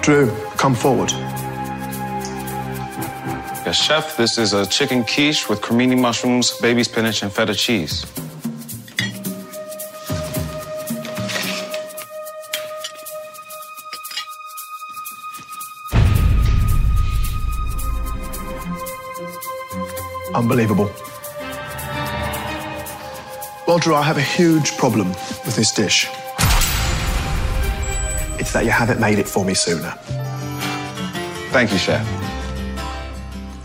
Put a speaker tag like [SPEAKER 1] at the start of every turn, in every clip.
[SPEAKER 1] Drew, come forward.
[SPEAKER 2] Yes, chef, this is a chicken quiche with cremini mushrooms, baby spinach, and feta cheese.
[SPEAKER 1] Unbelievable. Well, Drew, I have a huge problem with this dish. It's that you haven't made it for me sooner.
[SPEAKER 2] Thank you, chef.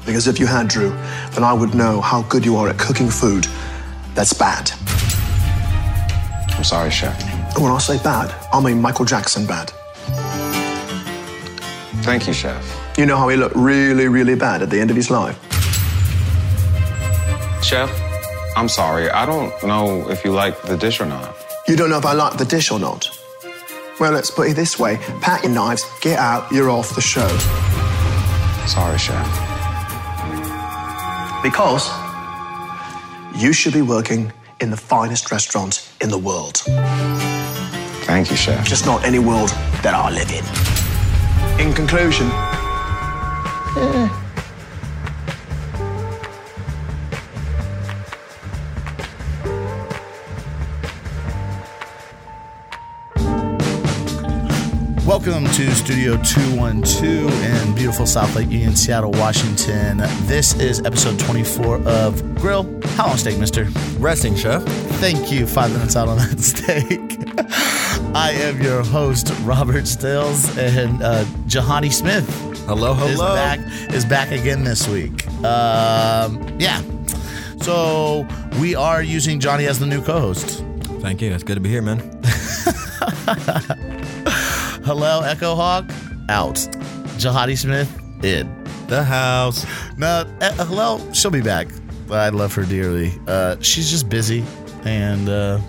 [SPEAKER 1] Because if you had, Drew, then I would know how good you are at cooking food that's bad.
[SPEAKER 2] I'm sorry, chef.
[SPEAKER 1] And when I say bad, I mean Michael Jackson bad.
[SPEAKER 2] Thank you, chef.
[SPEAKER 1] You know how he looked really, really bad at the end of his life?
[SPEAKER 2] Chef, I'm sorry. I don't know if you like the dish or not.
[SPEAKER 1] You don't know if I like the dish or not. Well, let's put it this way pat your knives, get out, you're off the show.
[SPEAKER 2] Sorry, chef.
[SPEAKER 1] Because you should be working in the finest restaurant in the world.
[SPEAKER 2] Thank you, chef.
[SPEAKER 1] Just not any world that I live in. In conclusion,
[SPEAKER 3] Welcome to Studio 212 in beautiful South Lake Union, Seattle, Washington. This is episode 24 of Grill. How long steak, mister?
[SPEAKER 4] Resting chef.
[SPEAKER 3] Thank you. Five minutes out on that steak. I am your host, Robert Stills, and uh, Jahani Smith
[SPEAKER 4] Hello,
[SPEAKER 3] is
[SPEAKER 4] Oh, hello.
[SPEAKER 3] back is back again this week. Um, yeah. So we are using Johnny as the new co-host.
[SPEAKER 4] Thank you. It's good to be here, man.
[SPEAKER 3] Hello, Echo Hawk. Out. Jahadi Smith. In.
[SPEAKER 4] The house.
[SPEAKER 3] No, eh, hello. She'll be back. I love her dearly. Uh, she's just busy, and uh,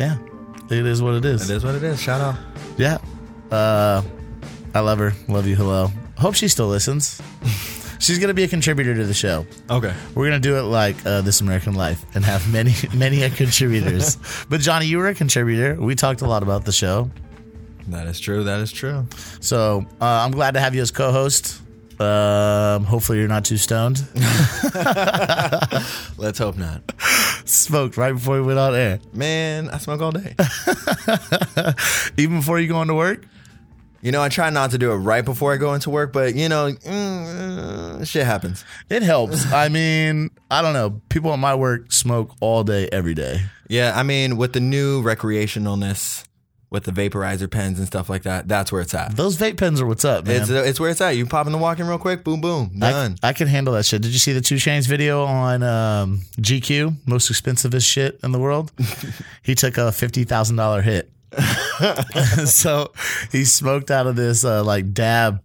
[SPEAKER 3] yeah, it is what it is.
[SPEAKER 4] It is what it is. Shout out.
[SPEAKER 3] Yeah. Uh, I love her. Love you. Hello. Hope she still listens. she's gonna be a contributor to the show.
[SPEAKER 4] Okay.
[SPEAKER 3] We're gonna do it like uh, This American Life and have many, many contributors. but Johnny, you were a contributor. We talked a lot about the show,
[SPEAKER 4] That is true. That is true.
[SPEAKER 3] so uh, I'm glad to have you as co-host. Um, hopefully, you're not too stoned.
[SPEAKER 4] Let's hope not.
[SPEAKER 3] Smoked right before we went on air.
[SPEAKER 4] Man, I smoke all day.
[SPEAKER 3] Even before you go into work?
[SPEAKER 4] You know, I try not to do it right before I go into work, but you know, mm, uh, shit happens.
[SPEAKER 3] It helps. I mean, I don't know. People at my work smoke all day, every day.
[SPEAKER 4] Yeah, I mean, with the new recreationalness, with the vaporizer pens and stuff like that, that's where it's at.
[SPEAKER 3] Those vape pens are what's up, man.
[SPEAKER 4] It's, it's where it's at. You pop in the walk-in real quick, boom, boom,
[SPEAKER 3] I,
[SPEAKER 4] done.
[SPEAKER 3] I can handle that shit. Did you see the Two Chains video on um, GQ? Most expensivest shit in the world. he took a fifty thousand dollar hit. so he smoked out of this uh, like dab,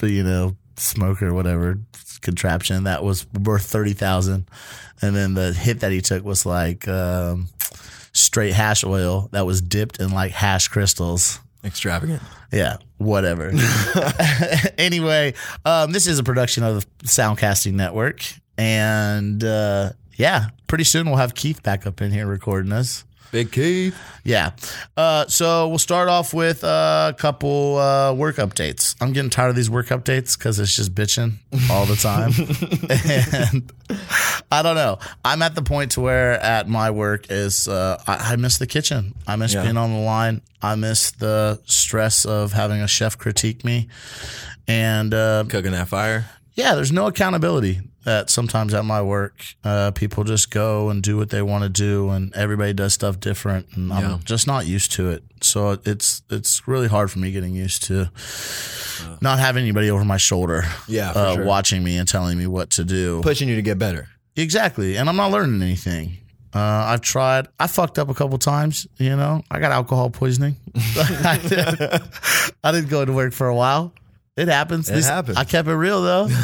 [SPEAKER 3] you know, smoke or whatever contraption that was worth thirty thousand, and then the hit that he took was like um, straight hash oil that was dipped in like hash crystals.
[SPEAKER 4] Extravagant.
[SPEAKER 3] Yeah, whatever. anyway, um, this is a production of the Soundcasting Network. And uh, yeah, pretty soon we'll have Keith back up in here recording us.
[SPEAKER 4] Big Keith.
[SPEAKER 3] Yeah. Uh, so we'll start off with uh, a couple uh, work updates. I'm getting tired of these work updates because it's just bitching all the time. and I don't know. I'm at the point to where at my work is uh, I, I miss the kitchen. I miss
[SPEAKER 4] Yeah.
[SPEAKER 3] being on the line. I miss the stress of having a chef critique me. And uh,
[SPEAKER 4] Cooking that fire.
[SPEAKER 3] yeah, there's no accountability that sometimes at my work, uh, people just go and do what they want to do, and everybody does stuff different, and
[SPEAKER 4] Yeah.
[SPEAKER 3] I'm just not used to it. So it's it's really hard for me getting used to not having anybody over my shoulder,
[SPEAKER 4] Uh. Yeah, for
[SPEAKER 3] uh,
[SPEAKER 4] sure.
[SPEAKER 3] watching me and telling me what to do.
[SPEAKER 4] Pushing you to get better.
[SPEAKER 3] Exactly. And I'm not learning anything. Uh, I've tried. I fucked up a couple times. You know, I got alcohol poisoning. I, did, I didn't go to work for a while. It happens.
[SPEAKER 4] It happens.
[SPEAKER 3] I kept it real though.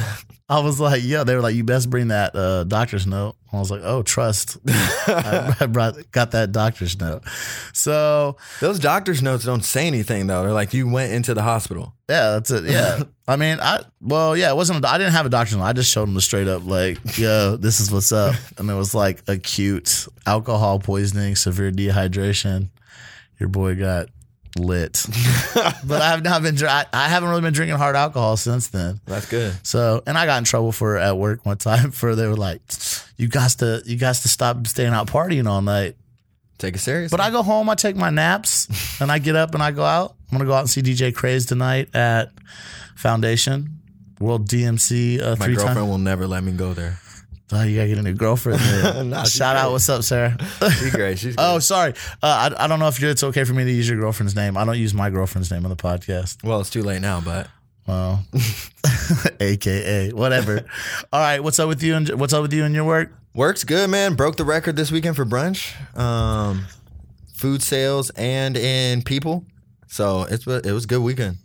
[SPEAKER 3] I was like, yeah. They were like, you best bring that uh, doctor's note. I was like, oh, trust. I, I brought, got that doctor's note. So
[SPEAKER 4] Those doctor's notes don't say anything though. They're like you went into the hospital.
[SPEAKER 3] Yeah, that's it. Yeah. I mean, I, well, yeah, it wasn't, I didn't have a doctor's note. I just showed him the straight up, like, yo, this is what's up. And it was like acute alcohol poisoning, severe dehydration. Your boy got lit. but I've not been. dri- I, I haven't really been drinking hard alcohol since then.
[SPEAKER 4] That's good.
[SPEAKER 3] So, and I got in trouble for it at work one time for they were like, "You got to, you got to stop staying out partying all night."
[SPEAKER 4] Take it serious.
[SPEAKER 3] But I go home, I take my naps, and I get up and I go out. I'm gonna go out and see DJ Craze tonight at Foundation World DMC uh,
[SPEAKER 4] my
[SPEAKER 3] three
[SPEAKER 4] girlfriend
[SPEAKER 3] times.
[SPEAKER 4] will never let me go there.
[SPEAKER 3] Oh, you gotta get a new girlfriend. man.
[SPEAKER 4] Nah, she's
[SPEAKER 3] Shout out,
[SPEAKER 4] great.
[SPEAKER 3] what's up, Sarah?
[SPEAKER 4] She's great. She's
[SPEAKER 3] oh, sorry. Uh, I, I don't know if it's okay for me to use your girlfriend's name. I don't use my girlfriend's name on the podcast.
[SPEAKER 4] Well, it's too late now, but
[SPEAKER 3] Wow. AKA whatever. All right, what's up with you and what's up with you and your work?
[SPEAKER 4] works good, man. Broke the record this weekend for brunch, um, food sales, and in people. So it's it was a good weekend.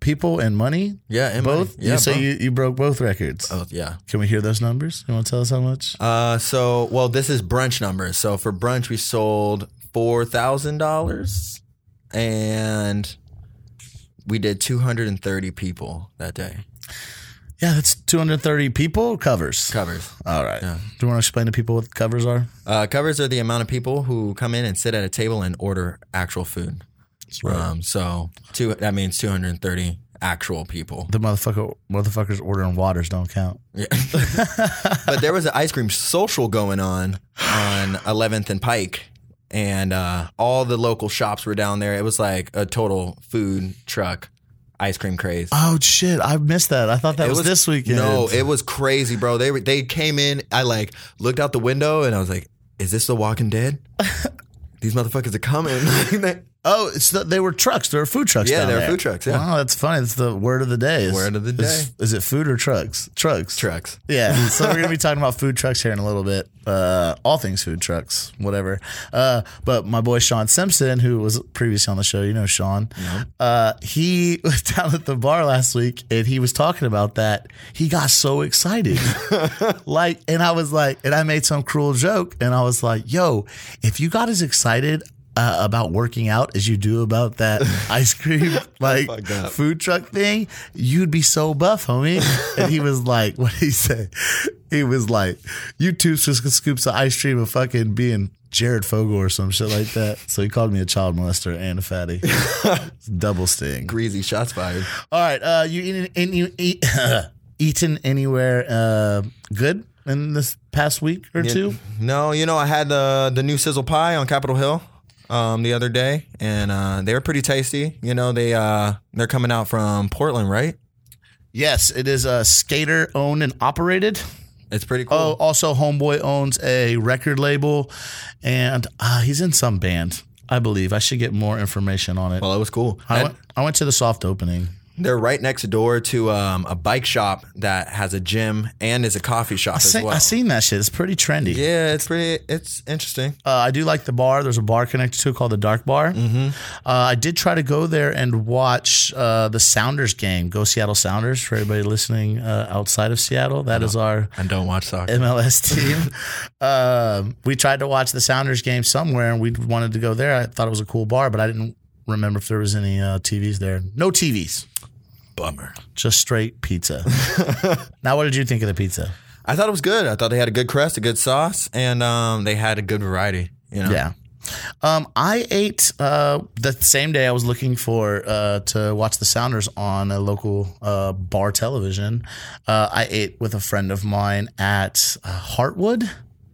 [SPEAKER 3] People and money,
[SPEAKER 4] Yeah, and
[SPEAKER 3] both.
[SPEAKER 4] money. Yeah,
[SPEAKER 3] so
[SPEAKER 4] both.
[SPEAKER 3] you you broke both records.
[SPEAKER 4] Oh, yeah.
[SPEAKER 3] Can we hear those numbers? You want to tell us how much?
[SPEAKER 4] Uh, so well, this is brunch numbers. So for brunch, we sold four thousand dollars, and we did two hundred and thirty people that day.
[SPEAKER 3] Yeah, that's 230 people covers.
[SPEAKER 4] Covers.
[SPEAKER 3] All right. Do you want to explain to people what covers are?
[SPEAKER 4] Uh, covers are the amount of people who come in and sit at a table and order actual food. Um, so two that means two hundred and thirty actual people.
[SPEAKER 3] The motherfucker motherfuckers ordering waters don't count.
[SPEAKER 4] Yeah. but there was an ice cream social going on on 11th and Pike, and uh, all the local shops were down there. It was like a total food truck ice cream craze.
[SPEAKER 3] Oh shit, I missed that. I thought that
[SPEAKER 4] It
[SPEAKER 3] was, this weekend.
[SPEAKER 4] No, it was crazy, bro. They were, they came in. I like looked out the window and I was like, "Is this The Walking Dead? These motherfuckers are coming."
[SPEAKER 3] Oh, it's the, they were trucks. They were food trucks.
[SPEAKER 4] Yeah,
[SPEAKER 3] down
[SPEAKER 4] they were
[SPEAKER 3] there.
[SPEAKER 4] food trucks, yeah.
[SPEAKER 3] Wow, that's funny. That's the word of the day. Is,
[SPEAKER 4] Word of the
[SPEAKER 3] Is,
[SPEAKER 4] day.
[SPEAKER 3] is it food or trucks? Trucks.
[SPEAKER 4] Trucks.
[SPEAKER 3] Yeah. So we're gonna be talking about food trucks here in a little bit. Uh, all things food trucks, whatever. Uh, but my boy Sean Simpson, who was previously on the show, you know Sean. Uh, he was down at the bar last week, and he was talking about that. He got so excited, like, and I was like, and I made some cruel joke, and I was like, "Yo, if you got as excited." Uh, about working out as you do about that ice cream like
[SPEAKER 4] Fucked up.
[SPEAKER 3] food truck thing, you'd be so buff, homie. And he was like, what did he say? He was like, you two just scoops of ice cream of fucking being Jared Fogle or some shit like that. So he called me a child molester and a fatty. It's Double sting.
[SPEAKER 4] Greasy shots fired.
[SPEAKER 3] All right. Uh, you eating, and you eat, eaten anywhere uh, good in this past week or two?
[SPEAKER 4] No, you know, I had the the new sizzle pie on Capitol Hill um, the other day, and uh, they were pretty tasty. You know, they uh, they're coming out from Portland, right?
[SPEAKER 3] Yes, it is a skater owned and operated.
[SPEAKER 4] It's pretty cool.
[SPEAKER 3] Oh, also, Homeboy owns a record label, and uh, he's in some band, I believe. I should get more information on it.
[SPEAKER 4] Well, it was cool.
[SPEAKER 3] I,
[SPEAKER 4] And
[SPEAKER 3] went, I went to the soft opening.
[SPEAKER 4] they're right next door to um, a bike shop that has a gym and is a coffee shop
[SPEAKER 3] I
[SPEAKER 4] as
[SPEAKER 3] seen,
[SPEAKER 4] well.
[SPEAKER 3] I seen that shit. It's pretty trendy.
[SPEAKER 4] Yeah, it's pretty. It's interesting.
[SPEAKER 3] Uh, I do like the bar. There's a bar connected to it called the Dark Bar. Uh, I did try to go there and watch uh, the Sounders game. Go Seattle Sounders for everybody listening uh, outside of Seattle. That is our
[SPEAKER 4] And don't watch soccer.
[SPEAKER 3] MLS team. um, we tried to watch the Sounders game somewhere, and we wanted to go there. I thought it was a cool bar, but I didn't remember if there was any uh, TVs there. No TVs,
[SPEAKER 4] Bummer.
[SPEAKER 3] just straight pizza. now, what did you think of the pizza?
[SPEAKER 4] I thought it was good. I thought they had a good crust, a good sauce, and um, they had a good variety. You know.
[SPEAKER 3] Yeah. Um, I ate uh, the same day I was looking for uh, to watch the Sounders on a local uh, bar television. Uh, I ate with a friend of mine at uh, Heartwood.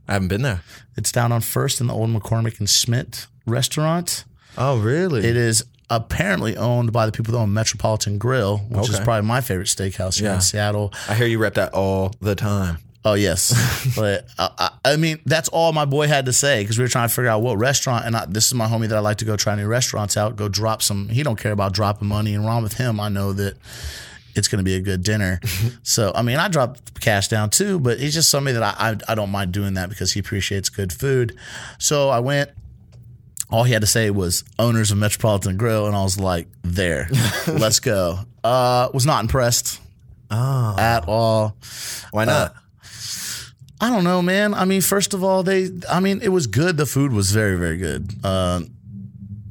[SPEAKER 4] I haven't been there.
[SPEAKER 3] It's down on First in the old McCormick and Schmidt restaurant.
[SPEAKER 4] Oh, really?
[SPEAKER 3] It is apparently owned by the people that own Metropolitan Grill, which is
[SPEAKER 4] Okay.
[SPEAKER 3] probably my favorite steakhouse here
[SPEAKER 4] Yeah.
[SPEAKER 3] in Seattle.
[SPEAKER 4] I hear you rep that all the time.
[SPEAKER 3] Oh yes, but I, I, I mean that's all my boy had to say because we were trying to figure out what restaurant. And I, this is my homie that I like to go try new restaurants out. Go drop some. He don't care about dropping money, and wrong with him. I know that it's going to be a good dinner. so I mean, I dropped cash down too, but he's just somebody that I, I I don't mind doing that because he appreciates good food. So I went. All he had to say was owners of Metropolitan Grill, and I was like, there, let's go. Uh, was not impressed
[SPEAKER 4] Oh, Uh,
[SPEAKER 3] at all.
[SPEAKER 4] why not?
[SPEAKER 3] I don't know, man. I mean, first of all, they. I mean, it was good. The food was very, very good. Uh,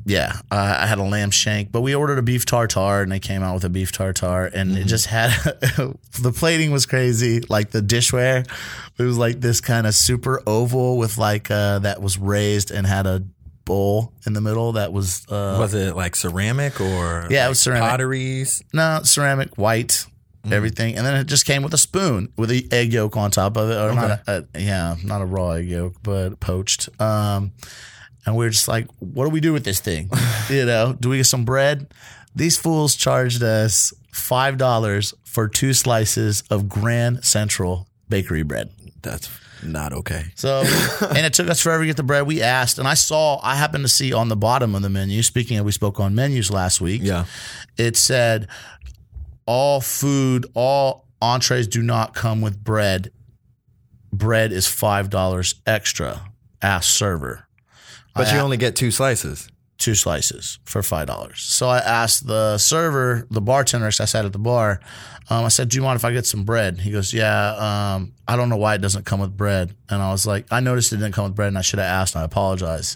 [SPEAKER 3] yeah, I, I had a lamb shank, but we ordered a beef tartare, and they came out with a beef tartare, and it just had the plating was crazy. Like the dishware, it was like this kind of super oval with like uh, that was raised and had a bowl in the middle that was uh,
[SPEAKER 4] was it like ceramic or
[SPEAKER 3] Yeah, it
[SPEAKER 4] like
[SPEAKER 3] was ceramic.
[SPEAKER 4] potteries?
[SPEAKER 3] no ceramic white everything and then it just came with a spoon with the egg yolk on top of it or not a, a- yeah not a raw egg yolk but poached um and we are just like what do we do with this thing you know do we get some bread these fools charged us five dollars for two slices of grand central bakery bread
[SPEAKER 4] That's not okay.
[SPEAKER 3] so, and it took us forever to get the bread. We asked, and I saw, I happened to see on the bottom of the menu, speaking of, we spoke on menus last week.
[SPEAKER 4] Yeah.
[SPEAKER 3] It said, all food, all entrees do not come with bread. Bread is $5 extra. Ask server
[SPEAKER 4] But you only get two slices.
[SPEAKER 3] two slices for five dollars. So I asked the server, the bartender, 'cause I sat at the bar. Um, I said, "Do you mind if I get some bread?" He goes, "Yeah." Um, I don't know why it doesn't come with bread. And I was like, "I noticed it didn't come with bread, and I should have asked. And I apologize.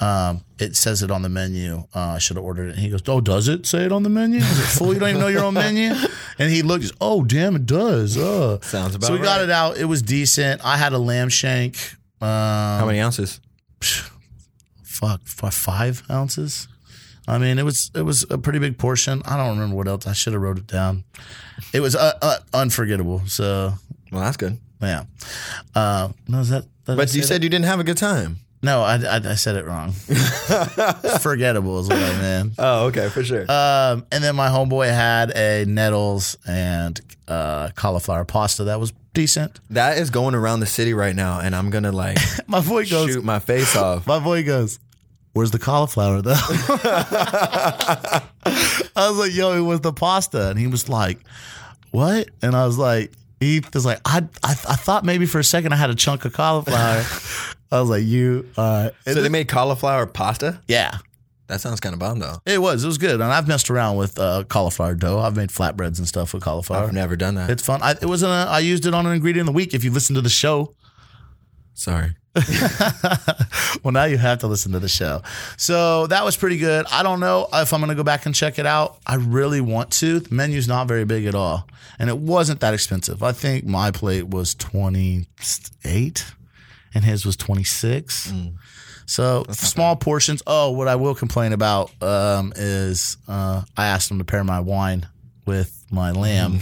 [SPEAKER 3] Um, it says it on the menu. Uh, I should have ordered it." And he goes, "Oh, does it say it on the menu? Is it full? You don't even know your own menu?" And he looked, "Oh, damn, it does." Uh.
[SPEAKER 4] Sounds about
[SPEAKER 3] So we got
[SPEAKER 4] right.
[SPEAKER 3] it out. It was decent. I had a lamb shank. Um,
[SPEAKER 4] How many ounces?
[SPEAKER 3] fuck fi- five ounces. I mean, it was it was a pretty big portion. I don't remember what else. I should have wrote it down. It was uh, uh, unforgettable. So
[SPEAKER 4] Well, that's good.
[SPEAKER 3] yeah. Uh, no, is that? that
[SPEAKER 4] But you said you didn't have a good time.
[SPEAKER 3] no. I, I I said it wrong. Forgettable is what I meant.
[SPEAKER 4] Oh, okay, for sure.
[SPEAKER 3] Um, and then my homeboy had a nettles and uh, cauliflower pasta that was decent.
[SPEAKER 4] that is going around the city right now, and I'm gonna like
[SPEAKER 3] My boy goes.
[SPEAKER 4] shoot my face off.
[SPEAKER 3] My boy goes, Where's the cauliflower though? I was like, Yo, it was the pasta. And he was like, What? And I was like, He was like, I, I, I thought maybe for a second I had a chunk of cauliflower. I was like, You, all right.
[SPEAKER 4] So they made cauliflower pasta.
[SPEAKER 3] yeah.
[SPEAKER 4] That sounds kind of bomb though.
[SPEAKER 3] It was. It was good. And I've messed around with uh, cauliflower dough. I've made flatbreads and stuff with cauliflower.
[SPEAKER 4] I've never done that.
[SPEAKER 3] It's fun. I, it was. An, uh, I used it on an ingredient of the week. If you listen to the show,
[SPEAKER 4] Sorry.
[SPEAKER 3] well, now you have to listen to the show. So that was pretty good. I don't know if I'm going to go back and check it out. I really want to. The menu's not very big at all, and it wasn't that expensive. I think my plate was 28, and his was 26. So small portions. Oh, what I will complain about um, is uh, I asked him to pair my wine with my lamb,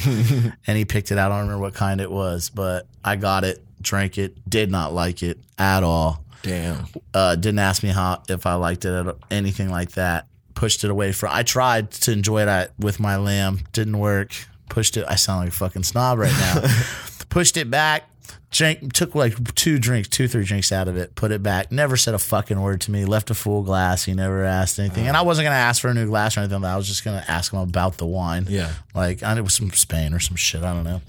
[SPEAKER 3] and he picked it out. I don't remember what kind it was, but I got it, drank it, did not like it at all
[SPEAKER 4] Damn.
[SPEAKER 3] uh, didn't ask me how if I liked it or anything like that. Pushed it away from. I tried to enjoy it at- with my lamb. Didn't work. Pushed it. I sound like a fucking snob right now. Pushed it back. Drank. Took like two drinks, two three drinks out of it. Put it back. Never said a fucking word to me. Left a full glass. He never asked anything. And I wasn't gonna ask for a new glass or anything. I was just gonna ask him about the wine.
[SPEAKER 4] Yeah.
[SPEAKER 3] Like I it was from Spain or some shit. I don't know.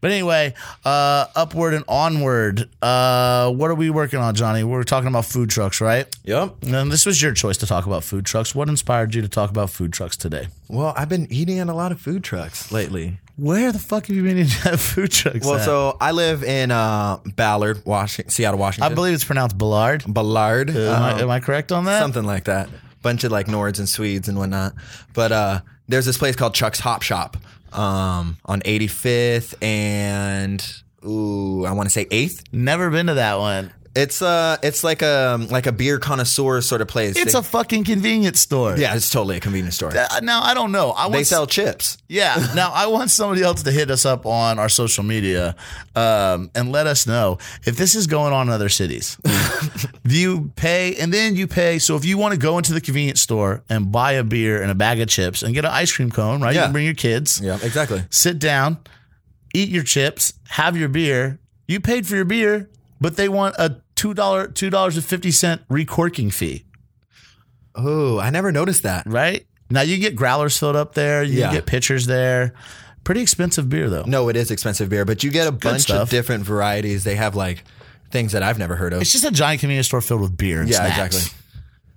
[SPEAKER 3] But anyway, uh, upward and onward. Uh, what are we working on, Johnny? We're talking about food trucks, right?
[SPEAKER 4] Yep.
[SPEAKER 3] And this was your choice to talk about food trucks. What inspired you to talk about food trucks today?
[SPEAKER 4] Well, I've been eating at a lot of food trucks lately.
[SPEAKER 3] Where the fuck have you been eating at food trucks?
[SPEAKER 4] Well,
[SPEAKER 3] at?
[SPEAKER 4] so I live in uh, Ballard, Washington, Seattle, Washington.
[SPEAKER 3] I believe it's pronounced Ballard.
[SPEAKER 4] Ballard.
[SPEAKER 3] Am,
[SPEAKER 4] um,
[SPEAKER 3] I, am I correct on that?
[SPEAKER 4] something like that. Bunch of like Nords and Swedes and whatnot. But uh, there's this place called Chuck's Hop Shop um, on 85th and ooh, I want to say 8th.
[SPEAKER 3] Never been to that one.
[SPEAKER 4] It's uh, it's like a like a beer connoisseur sort of place.
[SPEAKER 3] It's
[SPEAKER 4] They-
[SPEAKER 3] a fucking convenience store.
[SPEAKER 4] yeah, it's totally a convenience store.
[SPEAKER 3] Uh, Now I don't know. I want
[SPEAKER 4] they
[SPEAKER 3] s-
[SPEAKER 4] sell chips.
[SPEAKER 3] Yeah. Now I want somebody else to hit us up on our social media um, and let us know if this is going on in other cities. Do you pay and then you pay? So if you want to go into the convenience store and buy a beer and a bag of chips and get an ice cream cone, right? You
[SPEAKER 4] Yeah.
[SPEAKER 3] can bring your kids,
[SPEAKER 4] Yeah, exactly.
[SPEAKER 3] sit down, eat your chips, have your beer. You paid for your beer, but they want a two dollar two dollars and fifty cent recorking fee,
[SPEAKER 4] Oh, I never noticed that.
[SPEAKER 3] right? Now you get growlers filled up there. You
[SPEAKER 4] Yeah.
[SPEAKER 3] get pitchers there. Pretty expensive beer though.
[SPEAKER 4] No, it is expensive beer, but you get a bunch
[SPEAKER 3] stuff.
[SPEAKER 4] of different varieties. They have like things that I've never heard of.
[SPEAKER 3] It's just a giant convenience store filled with beer. And
[SPEAKER 4] Yeah,
[SPEAKER 3] snacks.
[SPEAKER 4] exactly.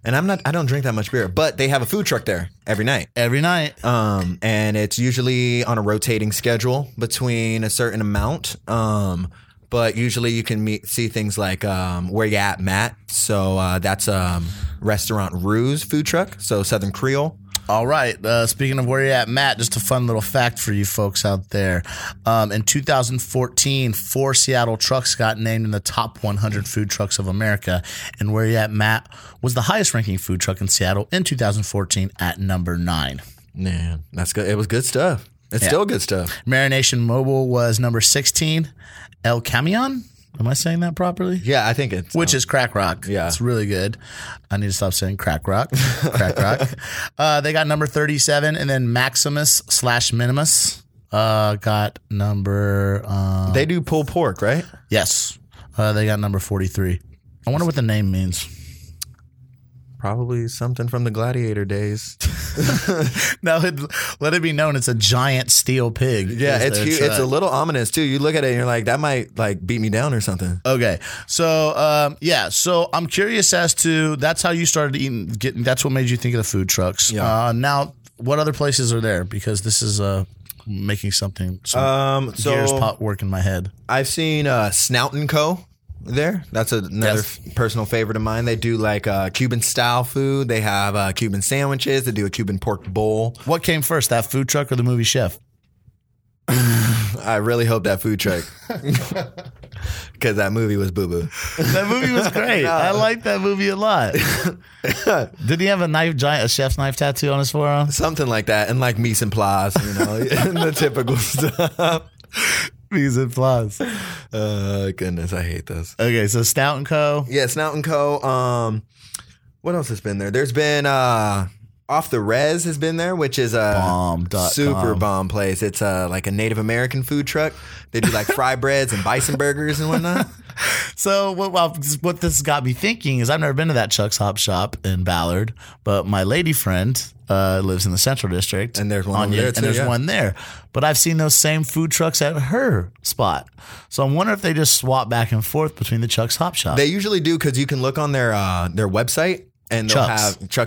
[SPEAKER 4] And I'm not I don't drink that much beer, but they have a food truck there every night.
[SPEAKER 3] Every night,
[SPEAKER 4] Um, and it's usually on a rotating schedule between a certain amount. Um, but usually you can meet, see things like um, where you at, Matt. So uh, that's um, restaurant Ruse food truck. So Southern Creole.
[SPEAKER 3] All right. Uh, speaking of where you're at, Matt, just a fun little fact for you folks out there. Um, in 2014, four Seattle trucks got named in the top 100 food trucks of America. And where you at, Matt, was the highest ranking food truck in Seattle in 2014 at number nine.
[SPEAKER 4] Man, that's good. It was good stuff. It's still good stuff.
[SPEAKER 3] Marination Mobile was number 16. El Camion? Am I saying that properly?
[SPEAKER 4] Yeah, I think it's
[SPEAKER 3] Which is crack rock.
[SPEAKER 4] Yeah.
[SPEAKER 3] It's really good. I need to stop saying crack rock. crack rock. Uh, they got number 37, and then Maximus slash Minimus uh, got number, uh,
[SPEAKER 4] they do pulled pork, right?
[SPEAKER 3] yes, uh, they got number 43. I wonder what the name means.
[SPEAKER 4] Probably something from the gladiator days.
[SPEAKER 3] No, it, let it be known it's a giant steel pig.
[SPEAKER 4] Yeah,
[SPEAKER 3] Is
[SPEAKER 4] it's
[SPEAKER 3] their
[SPEAKER 4] huge.
[SPEAKER 3] truck.
[SPEAKER 4] it's a little ominous too. You look at it and you're like, that might like beat me down or something.
[SPEAKER 3] Okay, so um, yeah, so I'm curious as to that's how you started eating. Getting that's what made you think of the food trucks.
[SPEAKER 4] Yeah.
[SPEAKER 3] Uh, now, what other places are there? Because this is uh, making something some
[SPEAKER 4] Um, so
[SPEAKER 3] gears pop work in my head.
[SPEAKER 4] I've seen uh, Snout and Co. There, that's another
[SPEAKER 3] Yes.
[SPEAKER 4] f- personal favorite of mine. They do like uh, Cuban style food. They have uh, Cuban sandwiches. They do a Cuban pork bowl.
[SPEAKER 3] What came first, that food truck or the movie Chef?
[SPEAKER 4] I really hope that food truck, because that movie was boo boo.
[SPEAKER 3] That movie was great. I liked that movie a lot. Did he have a knife, giant, a chef's knife tattoo on his forearm?
[SPEAKER 4] something like that, and like mise en place, you know, the typical stuff.
[SPEAKER 3] He's applause.
[SPEAKER 4] Uh, goodness, I hate this.
[SPEAKER 3] Okay, so Stout and Co.
[SPEAKER 4] Yeah, Snout and Co. Um, what else has been there? There's been uh, Off the Res has been there, which is a
[SPEAKER 3] Bomb dot
[SPEAKER 4] super
[SPEAKER 3] com.
[SPEAKER 4] bomb place. It's uh, like a Native American food truck. They do like fry breads and bison burgers and whatnot.
[SPEAKER 3] So what, well, what this got me thinking is I've never been to that Chuck's Hop Shop in Ballard, but my lady friend uh, lives in the Central District,
[SPEAKER 4] And there's one over
[SPEAKER 3] Anya,
[SPEAKER 4] there
[SPEAKER 3] and
[SPEAKER 4] too,
[SPEAKER 3] there's
[SPEAKER 4] yeah.
[SPEAKER 3] one there. But I've seen those same food trucks at her spot, so I'm wondering if they just swap back and forth between the Chuck's Hop Shop.
[SPEAKER 4] They usually do because you can look on their uh, their website and they'll
[SPEAKER 3] Chuck's.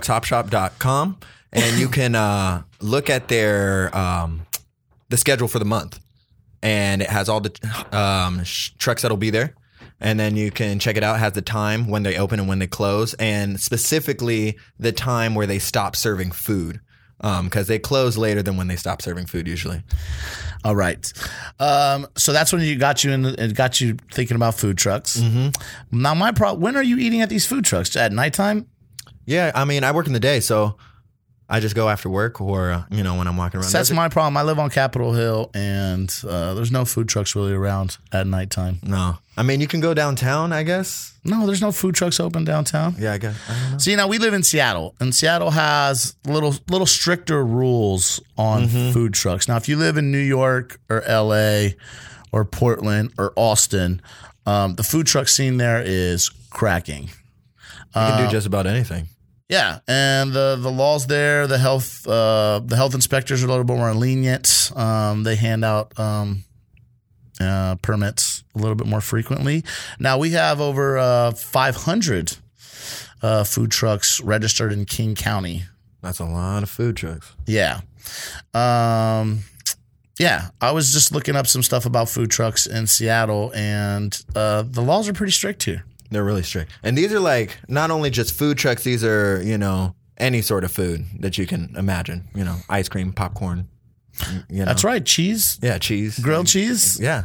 [SPEAKER 4] have chuckshopshop.com and you can uh, look at their um, the schedule for the month and it has all the um, sh- trucks that'll be there and then you can check it out it has the time when they open and when they close and specifically the time where they stop serving food because they close later than when they stop serving food usually
[SPEAKER 3] All right, um, so that's when you got you in, it got you thinking about food trucks.
[SPEAKER 4] Mm-hmm.
[SPEAKER 3] Now my problem: when are you eating at these food trucks? At nighttime?
[SPEAKER 4] yeah i mean i work in the day so i just go after work or uh, you know when i'm walking around
[SPEAKER 3] So that's
[SPEAKER 4] There's a-
[SPEAKER 3] my problem. I live on Capitol Hill, and uh, there's no food trucks really around at nighttime.
[SPEAKER 4] No. I mean, you can go downtown, I guess.
[SPEAKER 3] No, there's no food trucks open downtown.
[SPEAKER 4] Yeah, I guess. I don't know.
[SPEAKER 3] So you know, we live in Seattle, and Seattle has little little stricter rules on food trucks. Now, if you live in New York or L.A. or Portland or Austin, um, the food truck scene there is cracking.
[SPEAKER 4] You
[SPEAKER 3] Uh,
[SPEAKER 4] can do just about anything.
[SPEAKER 3] Yeah, and the the laws there, the health uh, the health inspectors are a little bit more lenient. Um, they hand out um, uh, permits a little bit more frequently. Now we have over uh, 500 uh, food trucks registered in King County.
[SPEAKER 4] That's a lot of food trucks.
[SPEAKER 3] Yeah. Um, yeah, I was just looking up some stuff about food trucks in Seattle, and uh, the laws are pretty strict here.
[SPEAKER 4] They're really strict. And these are like not only just food trucks, these are, you know, any sort of food that you can imagine, you know, ice cream, popcorn, y- you know.
[SPEAKER 3] That's right, cheese,
[SPEAKER 4] Yeah, cheese.
[SPEAKER 3] grilled cheese.
[SPEAKER 4] Yeah.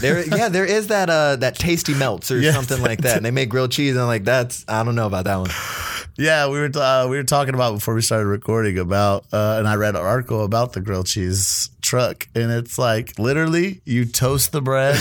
[SPEAKER 4] There yeah, there is that uh that tasty melts or
[SPEAKER 3] Yeah.
[SPEAKER 4] something like that. And they make grilled cheese and I'm like that's I don't know about that one.
[SPEAKER 3] Yeah, we were uh, we were talking about before we started recording about, uh, and I read an article about the grilled cheese truck, and it's like literally you toast the bread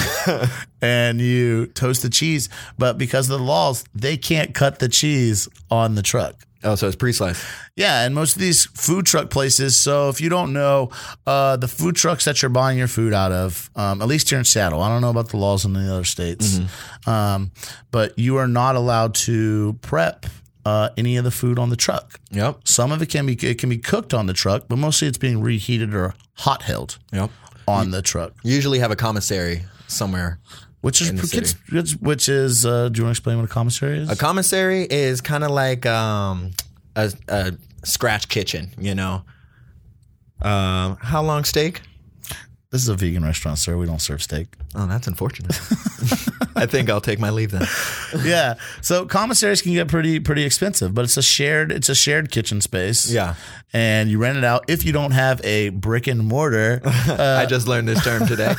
[SPEAKER 3] and you toast the cheese, but because of the laws, they can't cut the cheese on the truck.
[SPEAKER 4] Oh, so it's pre-sliced.
[SPEAKER 3] Yeah, and most of these food truck places. So if you don't know, uh, the food trucks that you're buying your food out of, um, at least here in Seattle, I don't know about the laws in the other states,
[SPEAKER 4] Mm-hmm.
[SPEAKER 3] um, but you are not allowed to prep uh, any of the food on the truck.
[SPEAKER 4] Yep.
[SPEAKER 3] Some of it can be it can be cooked on the truck, but mostly it's being reheated or hot held
[SPEAKER 4] Yep.
[SPEAKER 3] on the truck,
[SPEAKER 4] Usually have a commissary somewhere
[SPEAKER 3] which is
[SPEAKER 4] In the city.
[SPEAKER 3] which, which is. Uh, do you want to explain what a commissary is?
[SPEAKER 4] A commissary is kind of like um, a, a scratch kitchen, you know. Um, how long steak?
[SPEAKER 3] This is a vegan restaurant, sir. We don't serve steak.
[SPEAKER 4] Oh, that's unfortunate. I think I'll take my leave then.
[SPEAKER 3] yeah. So commissaries can get pretty pretty expensive, but it's a shared it's a shared kitchen space.
[SPEAKER 4] Yeah.
[SPEAKER 3] And you rent it out if you don't have a brick and mortar.
[SPEAKER 4] I just learned this term today.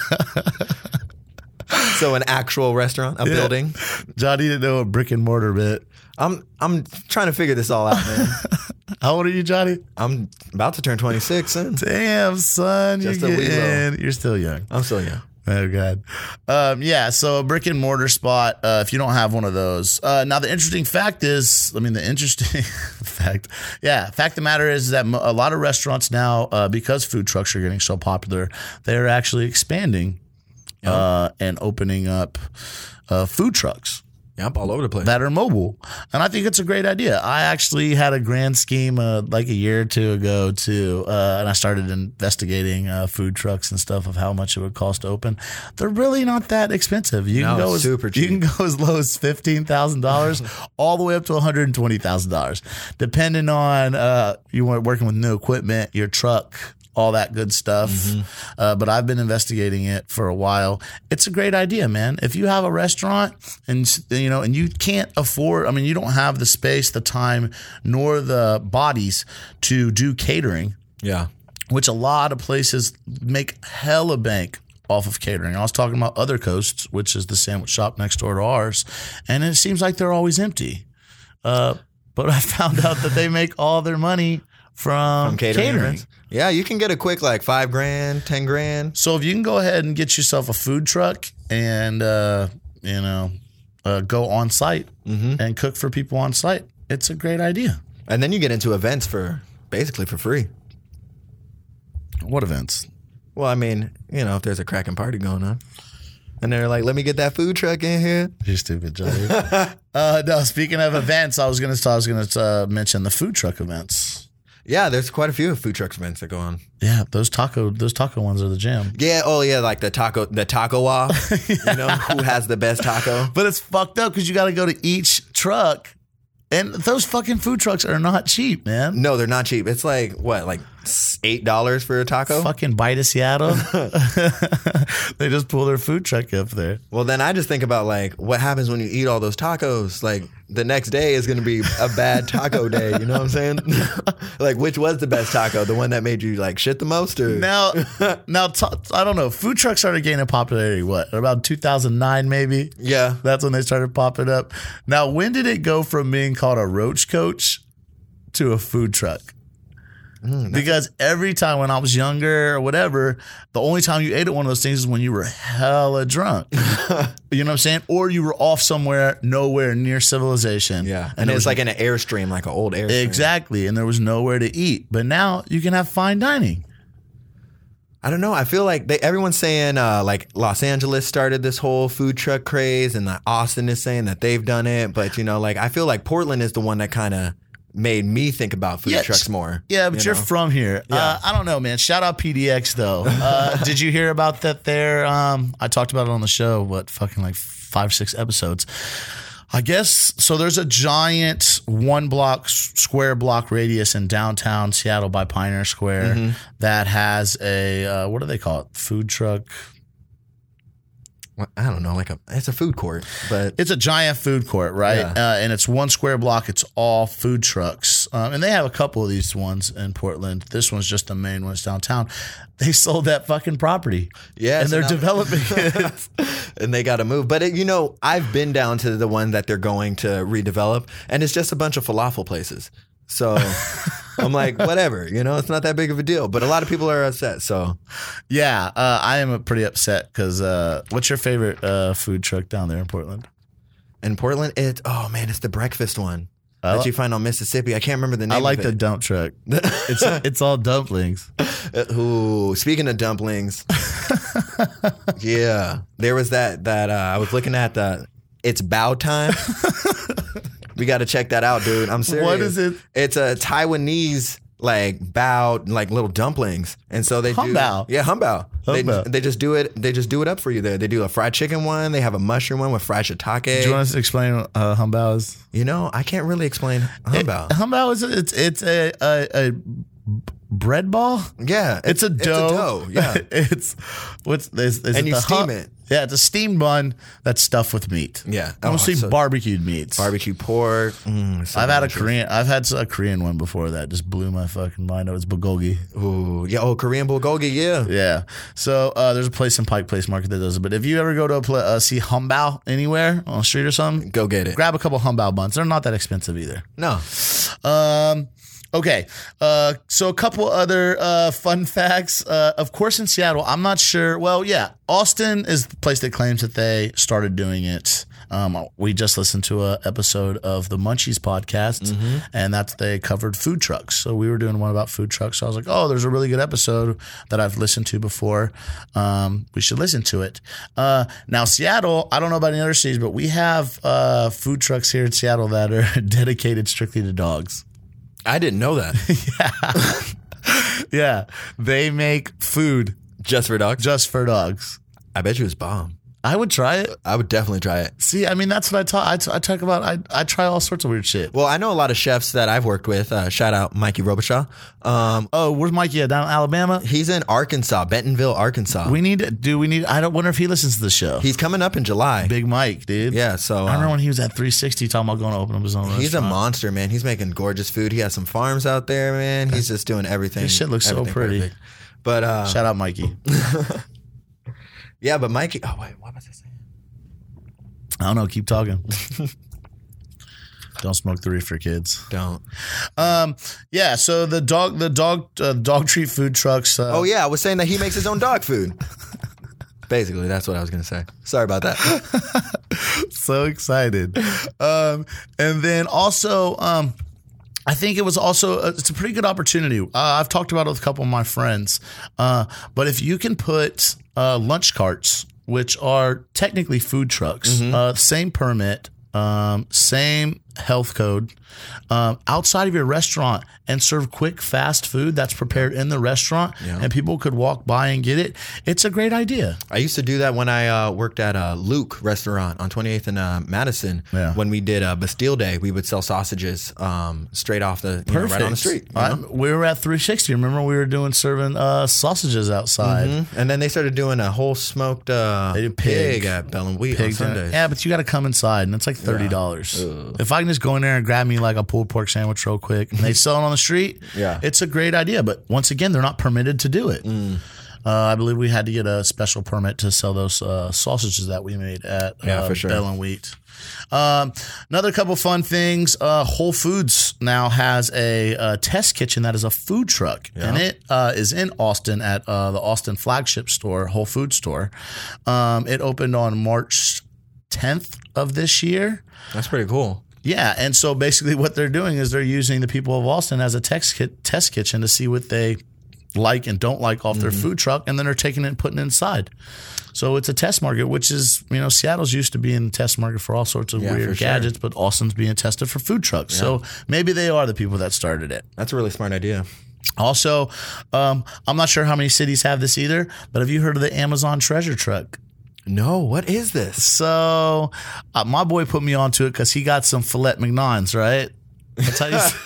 [SPEAKER 4] so an actual restaurant, a building.
[SPEAKER 3] Johnny didn't know a brick and mortar bit.
[SPEAKER 4] I'm I'm trying to figure this all out, man.
[SPEAKER 3] How old are you, Johnny?
[SPEAKER 4] I'm about to turn 26 soon.
[SPEAKER 3] Damn, son,
[SPEAKER 4] Just a
[SPEAKER 3] you're
[SPEAKER 4] wee
[SPEAKER 3] getting, you're still young.
[SPEAKER 4] I'm still young.
[SPEAKER 3] Oh god, um, yeah. So a brick and mortar spot. Uh, if you don't have one of those, uh, now the interesting fact is, I mean, the interesting fact, yeah, fact of the matter is that mo- a lot of restaurants now, uh, because food trucks are getting so popular, they are actually expanding uh, and opening up uh, food trucks
[SPEAKER 4] Yep, all over the place.
[SPEAKER 3] that are mobile. And I think it's a great idea. I actually had a grand scheme uh, like a year or two ago too, uh, and I started investigating uh, food trucks and stuff of how much it would cost to open. They're really not that expensive. You can
[SPEAKER 4] No,
[SPEAKER 3] go as,
[SPEAKER 4] super
[SPEAKER 3] You can go as low as fifteen thousand dollars, all the way up to one hundred and twenty thousand dollars, depending on uh, you weren't working with new equipment, your truck. All that good stuff,
[SPEAKER 4] Mm-hmm.
[SPEAKER 3] uh, but I've been investigating it for a while. It's a great idea, man. If you have a restaurant and s- you know, and you can't afford, I mean, you don't have the space, the time, nor the bodies to do catering
[SPEAKER 4] yeah.
[SPEAKER 3] which a lot of places make hella bank off of catering. I was talking about other coasts, which is the sandwich shop next door to ours, and it seems like they're always empty. Uh, but I found out that they make all their money from, catering.
[SPEAKER 4] events. Yeah, you can get a quick like five grand, ten grand.
[SPEAKER 3] So if you can go ahead and get yourself a food truck and uh, you know uh, go on site and cook for people on site, it's a great idea.
[SPEAKER 4] And then you get into events for basically for free.
[SPEAKER 3] What events?
[SPEAKER 4] Well, I mean, you know, if there's a cracking party going on. And they're like, let me get that food truck in here.
[SPEAKER 3] You stupid Johnny. uh, no, speaking of events, I was gonna I was gonna uh, mention the food truck events.
[SPEAKER 4] Yeah, there's quite a few food truck events that go on.
[SPEAKER 3] Yeah, those taco those taco ones are the jam.
[SPEAKER 4] Yeah, oh yeah, like the taco the taco wall. You know, who has the best taco?
[SPEAKER 3] But it's fucked up because you got to go to each truck, and those fucking food trucks are not cheap, man.
[SPEAKER 4] No, they're not cheap. It's like what, like s- eight dollars for a taco?
[SPEAKER 3] Fucking bite of Seattle. they just pull their food truck up there.
[SPEAKER 4] Well, then I just think about like what happens when you eat all those tacos. Like the next day is going to be a bad taco day. You know what I'm saying? like which was the best taco? The one that made you like shit the most, or
[SPEAKER 3] Now, now ta- I don't know. Food trucks started gaining popularity. What around 2009, maybe?
[SPEAKER 4] yeah,
[SPEAKER 3] That's when they started popping up. Now, when did it go from being called a roach coach to a food truck?
[SPEAKER 4] Mm,
[SPEAKER 3] because every time when I was younger or whatever, the only time you ate at one of those things is when you were hella drunk. you know what I'm saying? Or you were off somewhere, nowhere near civilization.
[SPEAKER 4] yeah, and,
[SPEAKER 3] And, it
[SPEAKER 4] it's
[SPEAKER 3] was
[SPEAKER 4] like in an airstream, like an old airstream.
[SPEAKER 3] exactly. And there was nowhere to eat. But now you can have fine dining.
[SPEAKER 4] I don't know. I feel like they, everyone's saying uh, like Los Angeles started this whole food truck craze, and that Austin is saying that they've done it. But you know, like I feel like Portland is the one that kind of made me think about food
[SPEAKER 3] Yeah,
[SPEAKER 4] trucks more.
[SPEAKER 3] Yeah, but
[SPEAKER 4] you
[SPEAKER 3] you are
[SPEAKER 4] know?
[SPEAKER 3] from here. Uh, I don't know, man. Shout out PDX though. Uh, did you hear about that? There, um, I talked about it on the show. What fucking like five, six episodes. I guess so. There's a giant one block s- square block radius in downtown Seattle by Pioneer Square
[SPEAKER 4] Mm-hmm.
[SPEAKER 3] that has a uh, what do they call it? Food truck.
[SPEAKER 4] Well, I don't know. Like a it's a food court, but
[SPEAKER 3] It's a giant food court, right?
[SPEAKER 4] Yeah.
[SPEAKER 3] Uh, and it's one square block. It's all food trucks, um, and they have a couple of these ones in Portland. This one's just the main one. It's downtown. They sold that fucking property,
[SPEAKER 4] yeah,
[SPEAKER 3] and
[SPEAKER 4] so
[SPEAKER 3] they're
[SPEAKER 4] now-
[SPEAKER 3] developing it.
[SPEAKER 4] and they got to move. But it, you know, I've been down to the one that they're going to redevelop, and it's just a bunch of falafel places. So I'm like, whatever, you know, it's not that big of a deal. But a lot of people are upset. So
[SPEAKER 3] yeah, uh, I am pretty upset because uh, what's your favorite uh, food truck down there in Portland?
[SPEAKER 4] in Portland, it's oh man, it's the breakfast one
[SPEAKER 3] I
[SPEAKER 4] that
[SPEAKER 3] li-
[SPEAKER 4] you find on Mississippi. I can't remember the name.
[SPEAKER 3] Oh. I like
[SPEAKER 4] of
[SPEAKER 3] the
[SPEAKER 4] it.
[SPEAKER 3] dump truck. it's it's all dumplings.
[SPEAKER 4] Uh, Ooh, speaking of dumplings, yeah, there was that that uh, I was looking at the. It's bow time. we got to check that out, dude. I'm serious.
[SPEAKER 3] What is it?
[SPEAKER 4] It's a Taiwanese like bao, like little dumplings, and so they do.
[SPEAKER 3] Humbao.
[SPEAKER 4] Yeah, humbao. They,
[SPEAKER 3] Humbao.
[SPEAKER 4] they just do it. They just do it up for you there. They do a fried chicken one. They have a mushroom one with fried shiitake.
[SPEAKER 3] Do
[SPEAKER 4] You,
[SPEAKER 3] you want us to explain uh, humbao is?
[SPEAKER 4] know, I can't really explain humbao.
[SPEAKER 3] Humbao is it's it's a, a, a bread ball.
[SPEAKER 4] Yeah,
[SPEAKER 3] It's a dough.
[SPEAKER 4] Yeah,
[SPEAKER 3] it's what's is, is
[SPEAKER 4] And
[SPEAKER 3] it
[SPEAKER 4] you
[SPEAKER 3] the
[SPEAKER 4] steam
[SPEAKER 3] hot-
[SPEAKER 4] it.
[SPEAKER 3] Yeah, it's a steamed bun that's stuffed with meat.
[SPEAKER 4] Yeah. Oh,
[SPEAKER 3] mostly
[SPEAKER 4] so-
[SPEAKER 3] barbecued meats.
[SPEAKER 4] barbecue pork. Mm, so
[SPEAKER 3] I've had a
[SPEAKER 4] delicious.
[SPEAKER 3] Korean. I've had a Korean one before that just blew my fucking mind. out. It's bulgogi.
[SPEAKER 4] Ooh, yeah. Oh, Korean bulgogi. Yeah.
[SPEAKER 3] Yeah. So uh, there's a place in Pike Place Market that does it. But if you ever go to a pla uh, see Humbao anywhere on the street or something,
[SPEAKER 4] Go get it.
[SPEAKER 3] grab a couple Humbao buns. They're not that expensive either.
[SPEAKER 4] no.
[SPEAKER 3] Um, okay. Uh, so a couple other uh, fun facts. Uh, of course, in Seattle, I'm not sure. Well, yeah, Austin is the place that claims that they started doing it. Um, we just listened to a episode of the Munchies podcast, and that's they covered food trucks. So we were doing one about food trucks. So I was like, "Oh, there's a really good episode that I've listened to before. Um, we should listen to it." Uh, now, Seattle, I don't know about any other cities, but we have uh, food trucks here in Seattle that are dedicated strictly to dogs.
[SPEAKER 4] I didn't know that.
[SPEAKER 3] Yeah, they make food
[SPEAKER 4] Just for dogs.
[SPEAKER 3] just for dogs.
[SPEAKER 4] I bet you it's bomb.
[SPEAKER 3] I would try it.
[SPEAKER 4] I would definitely try it.
[SPEAKER 3] See, I mean, that's what I talk. I, t- I talk about. I, I try all sorts of weird shit.
[SPEAKER 4] Well, I know a lot of chefs that I've worked with. Uh, shout out Mikey Robichaud. Um,
[SPEAKER 3] Oh, where's Mikey? At? Down in Alabama.
[SPEAKER 4] he's in Arkansas, Bentonville, Arkansas.
[SPEAKER 3] We need. to- Do we need? I don't wonder if he listens to the show.
[SPEAKER 4] he's coming up in July.
[SPEAKER 3] Big Mike, dude.
[SPEAKER 4] Yeah, so,
[SPEAKER 3] I remember
[SPEAKER 4] uh,
[SPEAKER 3] when he was at 360 talking about going to open up his own
[SPEAKER 4] He's a
[SPEAKER 3] restaurant.
[SPEAKER 4] monster, man. He's making gorgeous food. He has some farms out there, man. He's just doing everything.
[SPEAKER 3] His shit looks so
[SPEAKER 4] everything
[SPEAKER 3] pretty.
[SPEAKER 4] perfect. But uh,
[SPEAKER 3] Shout out, Mikey.
[SPEAKER 4] yeah, but Mikey. Oh wait, what was I saying?
[SPEAKER 3] I don't know. Keep talking. don't smoke the reefer, kids.
[SPEAKER 4] Don't.
[SPEAKER 3] Um, yeah. So the dog, the dog, uh, dog treat food trucks. Uh,
[SPEAKER 4] Oh yeah, I was saying that he makes his own dog food. Basically, that's what I was gonna say. Sorry about that.
[SPEAKER 3] so excited. Um, and then also, um, I think it was also it's a pretty good opportunity. Uh, I've talked about it with a couple of my friends, uh, but if you can put uh, lunch carts, which are technically food trucks, uh, same permit, um, same health code, um, outside of your restaurant and serve quick, fast food that's prepared in the restaurant, and people could walk by and get it. It's a great idea.
[SPEAKER 4] I used to do that when I uh, worked at a Luke restaurant on 28th and uh, Madison.
[SPEAKER 3] Yeah.
[SPEAKER 4] When we did uh, Bastille Day, we would sell sausages um, straight off the you know, right on the street. you
[SPEAKER 3] I-
[SPEAKER 4] know?
[SPEAKER 3] we were at 360. Remember, we were doing serving uh, sausages outside.
[SPEAKER 4] And then they started doing a whole smoked uh,
[SPEAKER 3] do pig.
[SPEAKER 4] pig at Bell and Wheat
[SPEAKER 3] Pig
[SPEAKER 4] on
[SPEAKER 3] dinner.
[SPEAKER 4] Sundays.
[SPEAKER 3] Yeah, but you got to come inside, and it's like thirty dollars. If I can just go in there and grab me like a pulled pork sandwich real quick, and they sell it on the street,
[SPEAKER 4] Yeah. Mm-hmm.
[SPEAKER 3] it's a great idea. But once again, they're not permitted to do it. Uh, I believe we had to get a special permit to sell those uh, sausages that we made at
[SPEAKER 4] Yeah,
[SPEAKER 3] uh,
[SPEAKER 4] for sure.
[SPEAKER 3] Bell and Wheat. Um, another couple fun things. Uh, Whole Foods now has a, uh test kitchen that is a food truck, and it uh, is in Austin at uh, the Austin flagship store, Whole Food store. Um, it opened on March 10th of this year.
[SPEAKER 4] That's pretty cool.
[SPEAKER 3] Yeah, and so basically, what they're doing is they're using the people of Austin as a text kit, test kitchen to see what they like and don't like off
[SPEAKER 4] Mm-hmm.
[SPEAKER 3] their food truck, and then they're taking it and putting it inside. So it's a test market, which is you know Seattle's used to being the test market for all sorts of
[SPEAKER 4] Yeah, for
[SPEAKER 3] weird
[SPEAKER 4] sure.
[SPEAKER 3] gadgets, but Austin's being tested for food trucks. So maybe they are the people that started it.
[SPEAKER 4] That's a really smart idea.
[SPEAKER 3] Also, um, I'm not sure how many cities have this either, but have you heard of the Amazon Treasure Truck?
[SPEAKER 4] No, what is this?
[SPEAKER 3] So uh, my boy put me onto it because he got some filet mignons, right? That's how you say,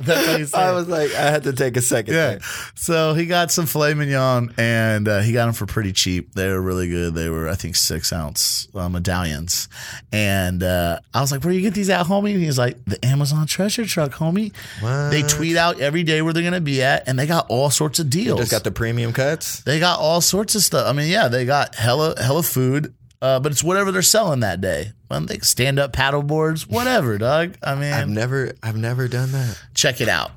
[SPEAKER 3] that's how you say it.
[SPEAKER 4] like, I had to take a second.
[SPEAKER 3] Yeah. So he got some filet mignon and uh, he got them for pretty cheap. They were really good. They were, I think, six ounce uh, medallions. And uh, I was like, Where do you get these at, homie? And he's like, The Amazon treasure truck, homie. They tweet out every day where they're going to be at and they got all sorts of deals.
[SPEAKER 4] Just got the premium cuts.
[SPEAKER 3] They got all sorts of stuff. I mean, yeah, they got hella hella food, uh, but it's whatever they're selling that day. Well, they stand up paddle boards, whatever, dog. I mean,
[SPEAKER 4] I've never, I've never done that.
[SPEAKER 3] check it out.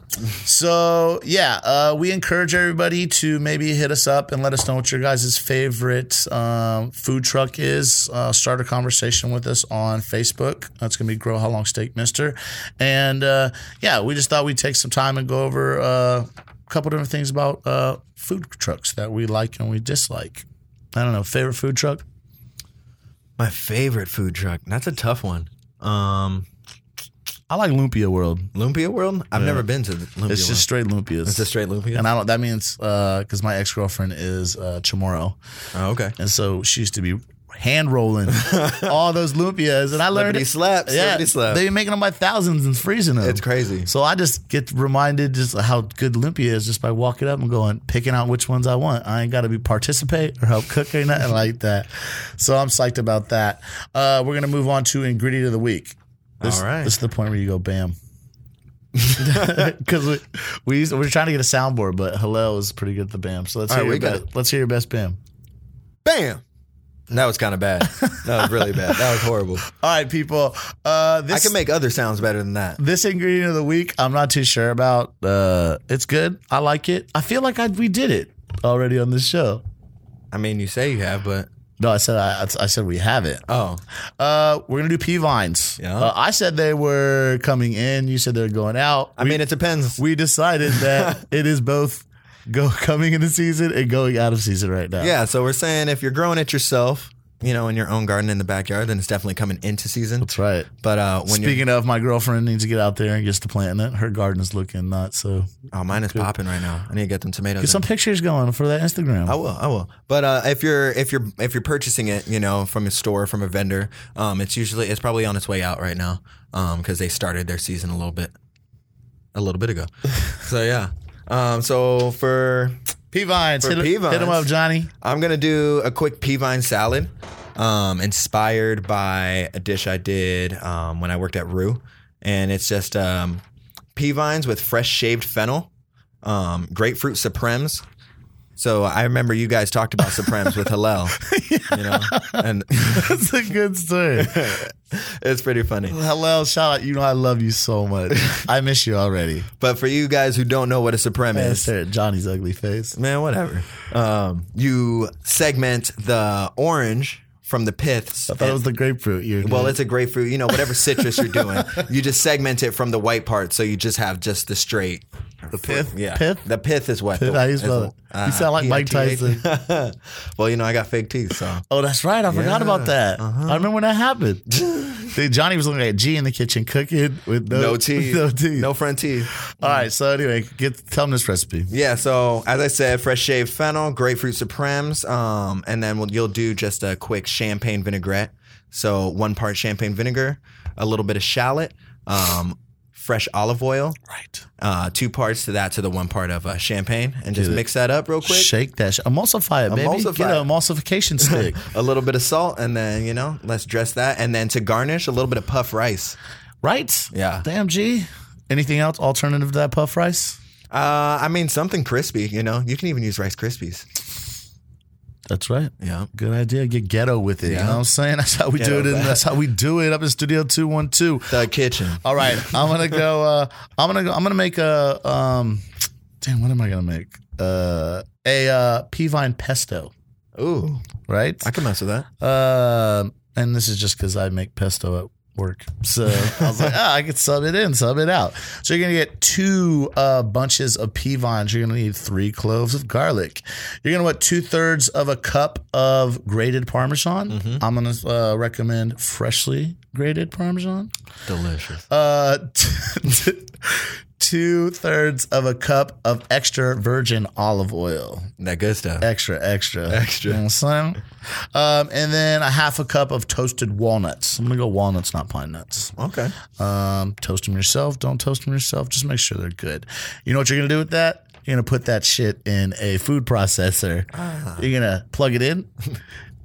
[SPEAKER 3] So yeah, uh, we encourage everybody to maybe hit us up and let us know what your guys' favorite um, food truck is. Uh, start a conversation with us on Facebook. That's gonna be Grow How Long Steak Mister, and uh, yeah, we just thought we'd take some time and go over. Uh, a couple different things about uh, food trucks that we like and we dislike. I don't know, favorite food truck?
[SPEAKER 4] My favorite food truck. That's a tough one. Um,
[SPEAKER 3] I like Lumpia World.
[SPEAKER 4] Lumpia World. I've never been to the Lumpia.
[SPEAKER 3] It's just straight lumpias.
[SPEAKER 4] World. it's a straight Lumpia.
[SPEAKER 3] and I don't. That means because my ex girlfriend is uh, Chamorro,
[SPEAKER 4] oh, okay.
[SPEAKER 3] and so she used to be hand rolling all those lumpias, and I learned
[SPEAKER 4] Liberty slaps, liberty slaps.
[SPEAKER 3] They've been making them by thousands and freezing them.
[SPEAKER 4] It's crazy.
[SPEAKER 3] So I just get reminded just how good lumpia is just by walking up and going picking out which ones I want. I ain't got to be participate or help cook or nothing like that. So I'm psyched about that. Uh, we're gonna move on to ingredient of the week. This,
[SPEAKER 4] All right.
[SPEAKER 3] This is the point where you go bam. Because we we, used, we were trying to get a soundboard, but Hillel is pretty good at the bam. So let's
[SPEAKER 4] All
[SPEAKER 3] hear
[SPEAKER 4] right,
[SPEAKER 3] your
[SPEAKER 4] we got
[SPEAKER 3] best, let's hear your best bam.
[SPEAKER 4] Bam. That was kind of bad. That was really bad. That was horrible.
[SPEAKER 3] All right, people. Uh,
[SPEAKER 4] I
[SPEAKER 3] this
[SPEAKER 4] can make other sounds better than that.
[SPEAKER 3] this ingredient of the week, I'm not too sure about. Uh, it's good. I like it. I feel like I, we did it already on this show.
[SPEAKER 4] I mean, you say you have, but
[SPEAKER 3] No, I said I, I said we have it.
[SPEAKER 4] oh,
[SPEAKER 3] Uh, we're gonna do P vines.
[SPEAKER 4] Yeah.
[SPEAKER 3] Uh, I said they were coming in. You said they're going out.
[SPEAKER 4] I mean, it depends.
[SPEAKER 3] We decided that it is both go coming into season and going out of season right now.
[SPEAKER 4] yeah, so we're saying if you're growing it yourself, you know, in your own garden in the backyard, then it's definitely coming into season.
[SPEAKER 3] that's right.
[SPEAKER 4] But uh, when you're,
[SPEAKER 3] Speaking of, my girlfriend needs to get out there and gets to planting it. Her garden is looking nuts. So
[SPEAKER 4] oh, mine is popping right now. I need to get them tomatoes.
[SPEAKER 3] get
[SPEAKER 4] in.
[SPEAKER 3] some pictures going for that Instagram.
[SPEAKER 4] I will, I will. But uh, if you're if you're if you're purchasing it, you know, from a store from a vendor, um, it's usually it's probably on its way out right now, um, because they started their season a little bit, a little bit ago. so yeah, um, so for
[SPEAKER 3] P vines.
[SPEAKER 4] For
[SPEAKER 3] Hit, 'em-
[SPEAKER 4] pea
[SPEAKER 3] hit 'em
[SPEAKER 4] vines.
[SPEAKER 3] up, Johnny.
[SPEAKER 4] I'm gonna do a quick pea vine salad, um, inspired by a dish I did um, when I worked at Rue, and it's just um, pea vines with fresh shaved fennel, um, grapefruit supremes. So I remember you guys talked about supremes with Hillel, you know, and
[SPEAKER 3] That's a good story.
[SPEAKER 4] it's pretty funny.
[SPEAKER 3] Hello, shout out. You know I love you so much. I miss you already.
[SPEAKER 4] But for you guys who don't know what a supreme
[SPEAKER 3] Man,
[SPEAKER 4] is,
[SPEAKER 3] stare at Johnny's ugly face.
[SPEAKER 4] man, whatever. Um, you segment the orange from the piths.
[SPEAKER 3] I thought it was the grapefruit. You're
[SPEAKER 4] Well, it's a grapefruit, you know, whatever citrus you're doing, you just segment it from the white part, so you just have just the straight.
[SPEAKER 3] the pith.
[SPEAKER 4] Yeah,
[SPEAKER 3] Pith?
[SPEAKER 4] The pith is what.
[SPEAKER 3] Pith,
[SPEAKER 4] the-
[SPEAKER 3] how you
[SPEAKER 4] is
[SPEAKER 3] spell
[SPEAKER 4] the-
[SPEAKER 3] it? You sound like Mike
[SPEAKER 4] P-I-T-H. well, you know, I got fake teeth, so
[SPEAKER 3] Oh, that's right. I forgot
[SPEAKER 4] Yeah,
[SPEAKER 3] about that. I remember when that happened. Dude, Johnny was looking at G in the kitchen cooking with no,
[SPEAKER 4] no teeth,
[SPEAKER 3] No teeth.
[SPEAKER 4] no front teeth.
[SPEAKER 3] All right. So anyway, get tell him this recipe.
[SPEAKER 4] Yeah, so as I said, fresh shaved fennel, grapefruit supremes, um, and then we'll, you'll do just a quick champagne vinaigrette. So one part champagne vinegar, a little bit of shallot, um, fresh olive oil,
[SPEAKER 3] Right.
[SPEAKER 4] uh, two parts to that to the one part of uh, champagne, and just mix that up real quick.
[SPEAKER 3] Shake that. Sh- emulsify it, baby.
[SPEAKER 4] Emulsify
[SPEAKER 3] Get an
[SPEAKER 4] it.
[SPEAKER 3] emulsification stick.
[SPEAKER 4] A little bit of salt, and then you know, let's dress that, and then to garnish, a little bit of puff rice.
[SPEAKER 3] right?
[SPEAKER 4] Yeah.
[SPEAKER 3] Damn, G. Anything else alternative to that puff rice?
[SPEAKER 4] Uh, I mean, something crispy. You know, you can even use Rice Krispies.
[SPEAKER 3] That's right.
[SPEAKER 4] Yeah.
[SPEAKER 3] Good idea. Get ghetto with it. You know what I'm saying? That's how we
[SPEAKER 4] Ghetto
[SPEAKER 3] do it. In,
[SPEAKER 4] back.
[SPEAKER 3] that's how we do it up in Studio 212.
[SPEAKER 4] The kitchen.
[SPEAKER 3] All right, I'm gonna go. Uh, I'm gonna go. I'm gonna make a. Um, damn, what am I gonna make? Uh, a uh, pea vine pesto,
[SPEAKER 4] Ooh,
[SPEAKER 3] right?
[SPEAKER 4] I can mess with that.
[SPEAKER 3] Uh, and this is just because I make pesto at work, so I was like, ah, I could sub it in, sub it out. So you're gonna get two uh, bunches of pea vines. You're gonna need three cloves of garlic. You're gonna want two thirds of a cup of grated parmesan. I'm gonna uh, recommend freshly grated parmesan
[SPEAKER 4] Delicious.
[SPEAKER 3] uh, two thirds of a cup of extra virgin olive oil.
[SPEAKER 4] That good stuff.
[SPEAKER 3] Extra, extra,
[SPEAKER 4] Extra.
[SPEAKER 3] You know what I'm saying? Um, and then a half a cup of toasted walnuts. I'm gonna go walnuts, not pine nuts.
[SPEAKER 4] Okay.
[SPEAKER 3] Um, toast them yourself. Don't toast them yourself. Just make sure they're good. You know what you're gonna do with that? You're gonna put that shit in a food processor. You're gonna plug it in.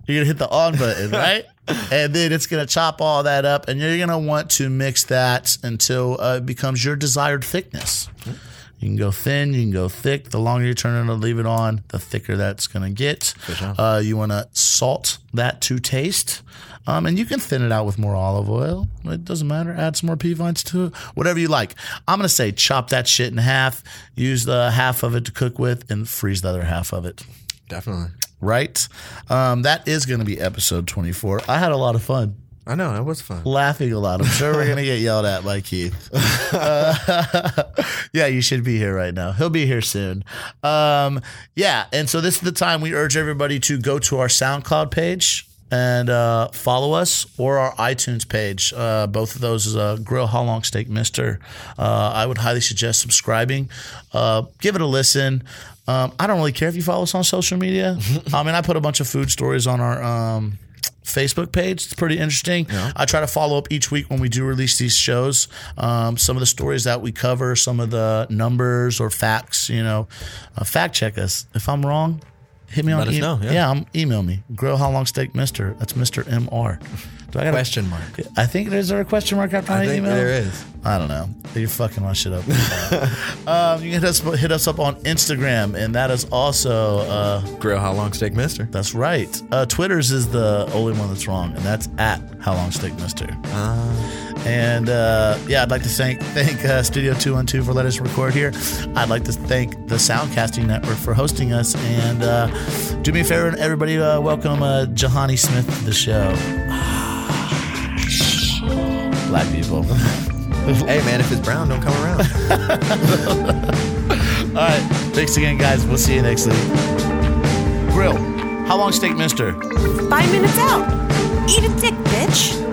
[SPEAKER 3] You're gonna hit the on button, right? and then it's gonna chop all that up, and you're gonna want to mix that until uh, it becomes your desired thickness. You can go thin, you can go thick. The longer you turn it and leave it on, the thicker that's going to get. Uh, you want to salt that to taste. Um, and you can thin it out with more olive oil. It doesn't matter. Add some more pea vines to it. Whatever you like. I'm going to say chop that shit in half, use the half of it to cook with, and freeze the other half of it.
[SPEAKER 4] Definitely.
[SPEAKER 3] Right? Um, that is going to be episode 24. I had a lot of fun
[SPEAKER 4] I know that was fun.
[SPEAKER 3] laughing a lot. I'm sure we're gonna get yelled at by Keith. Uh, yeah, you should be here right now. He'll be here soon. Um, yeah, and so this is the time we urge everybody to go to our SoundCloud page and uh, follow us or our iTunes page. Uh, both of those is uh, Grill How Long Steak Mister. Uh, I would highly suggest subscribing. Uh, give it a listen. Um, I don't really care if you follow us on social media. I mean, I put a bunch of food stories on our um, Facebook page. It's pretty interesting. I try to follow up each week when we do release these shows. Um, some of the stories that we cover, some of the numbers or facts. You know, uh, fact check us. If I'm wrong, hit me on.
[SPEAKER 4] Let us know, yeah.
[SPEAKER 3] um, email me. Grow how long steak, Mister. That's Mister M R. Do I got
[SPEAKER 4] Question mark.
[SPEAKER 3] I think there's there a question mark after my
[SPEAKER 4] I think
[SPEAKER 3] email.
[SPEAKER 4] there is.
[SPEAKER 3] I don't know. You're fucking my shit up. um, you can hit us, hit us up on Instagram, and that is also uh,
[SPEAKER 4] Grill how long steak, Mister.
[SPEAKER 3] that's right. Uh, Twitter's is the only one that's wrong, and that's at How Long Steak Mister. And uh, yeah, I'd like to thank thank uh, Studio Two One Two for letting us record here. I'd like to thank the Soundcasting Network for hosting us. And uh, do me a favor, and everybody, uh, welcome uh, Jahani Smith to the show. Black people.
[SPEAKER 4] Hey man, if it's brown, don't come around.
[SPEAKER 3] All right, thanks again, guys. We'll see you next week. Grill. How long steak, Mister?
[SPEAKER 5] Five minutes out. Eat a dick, bitch.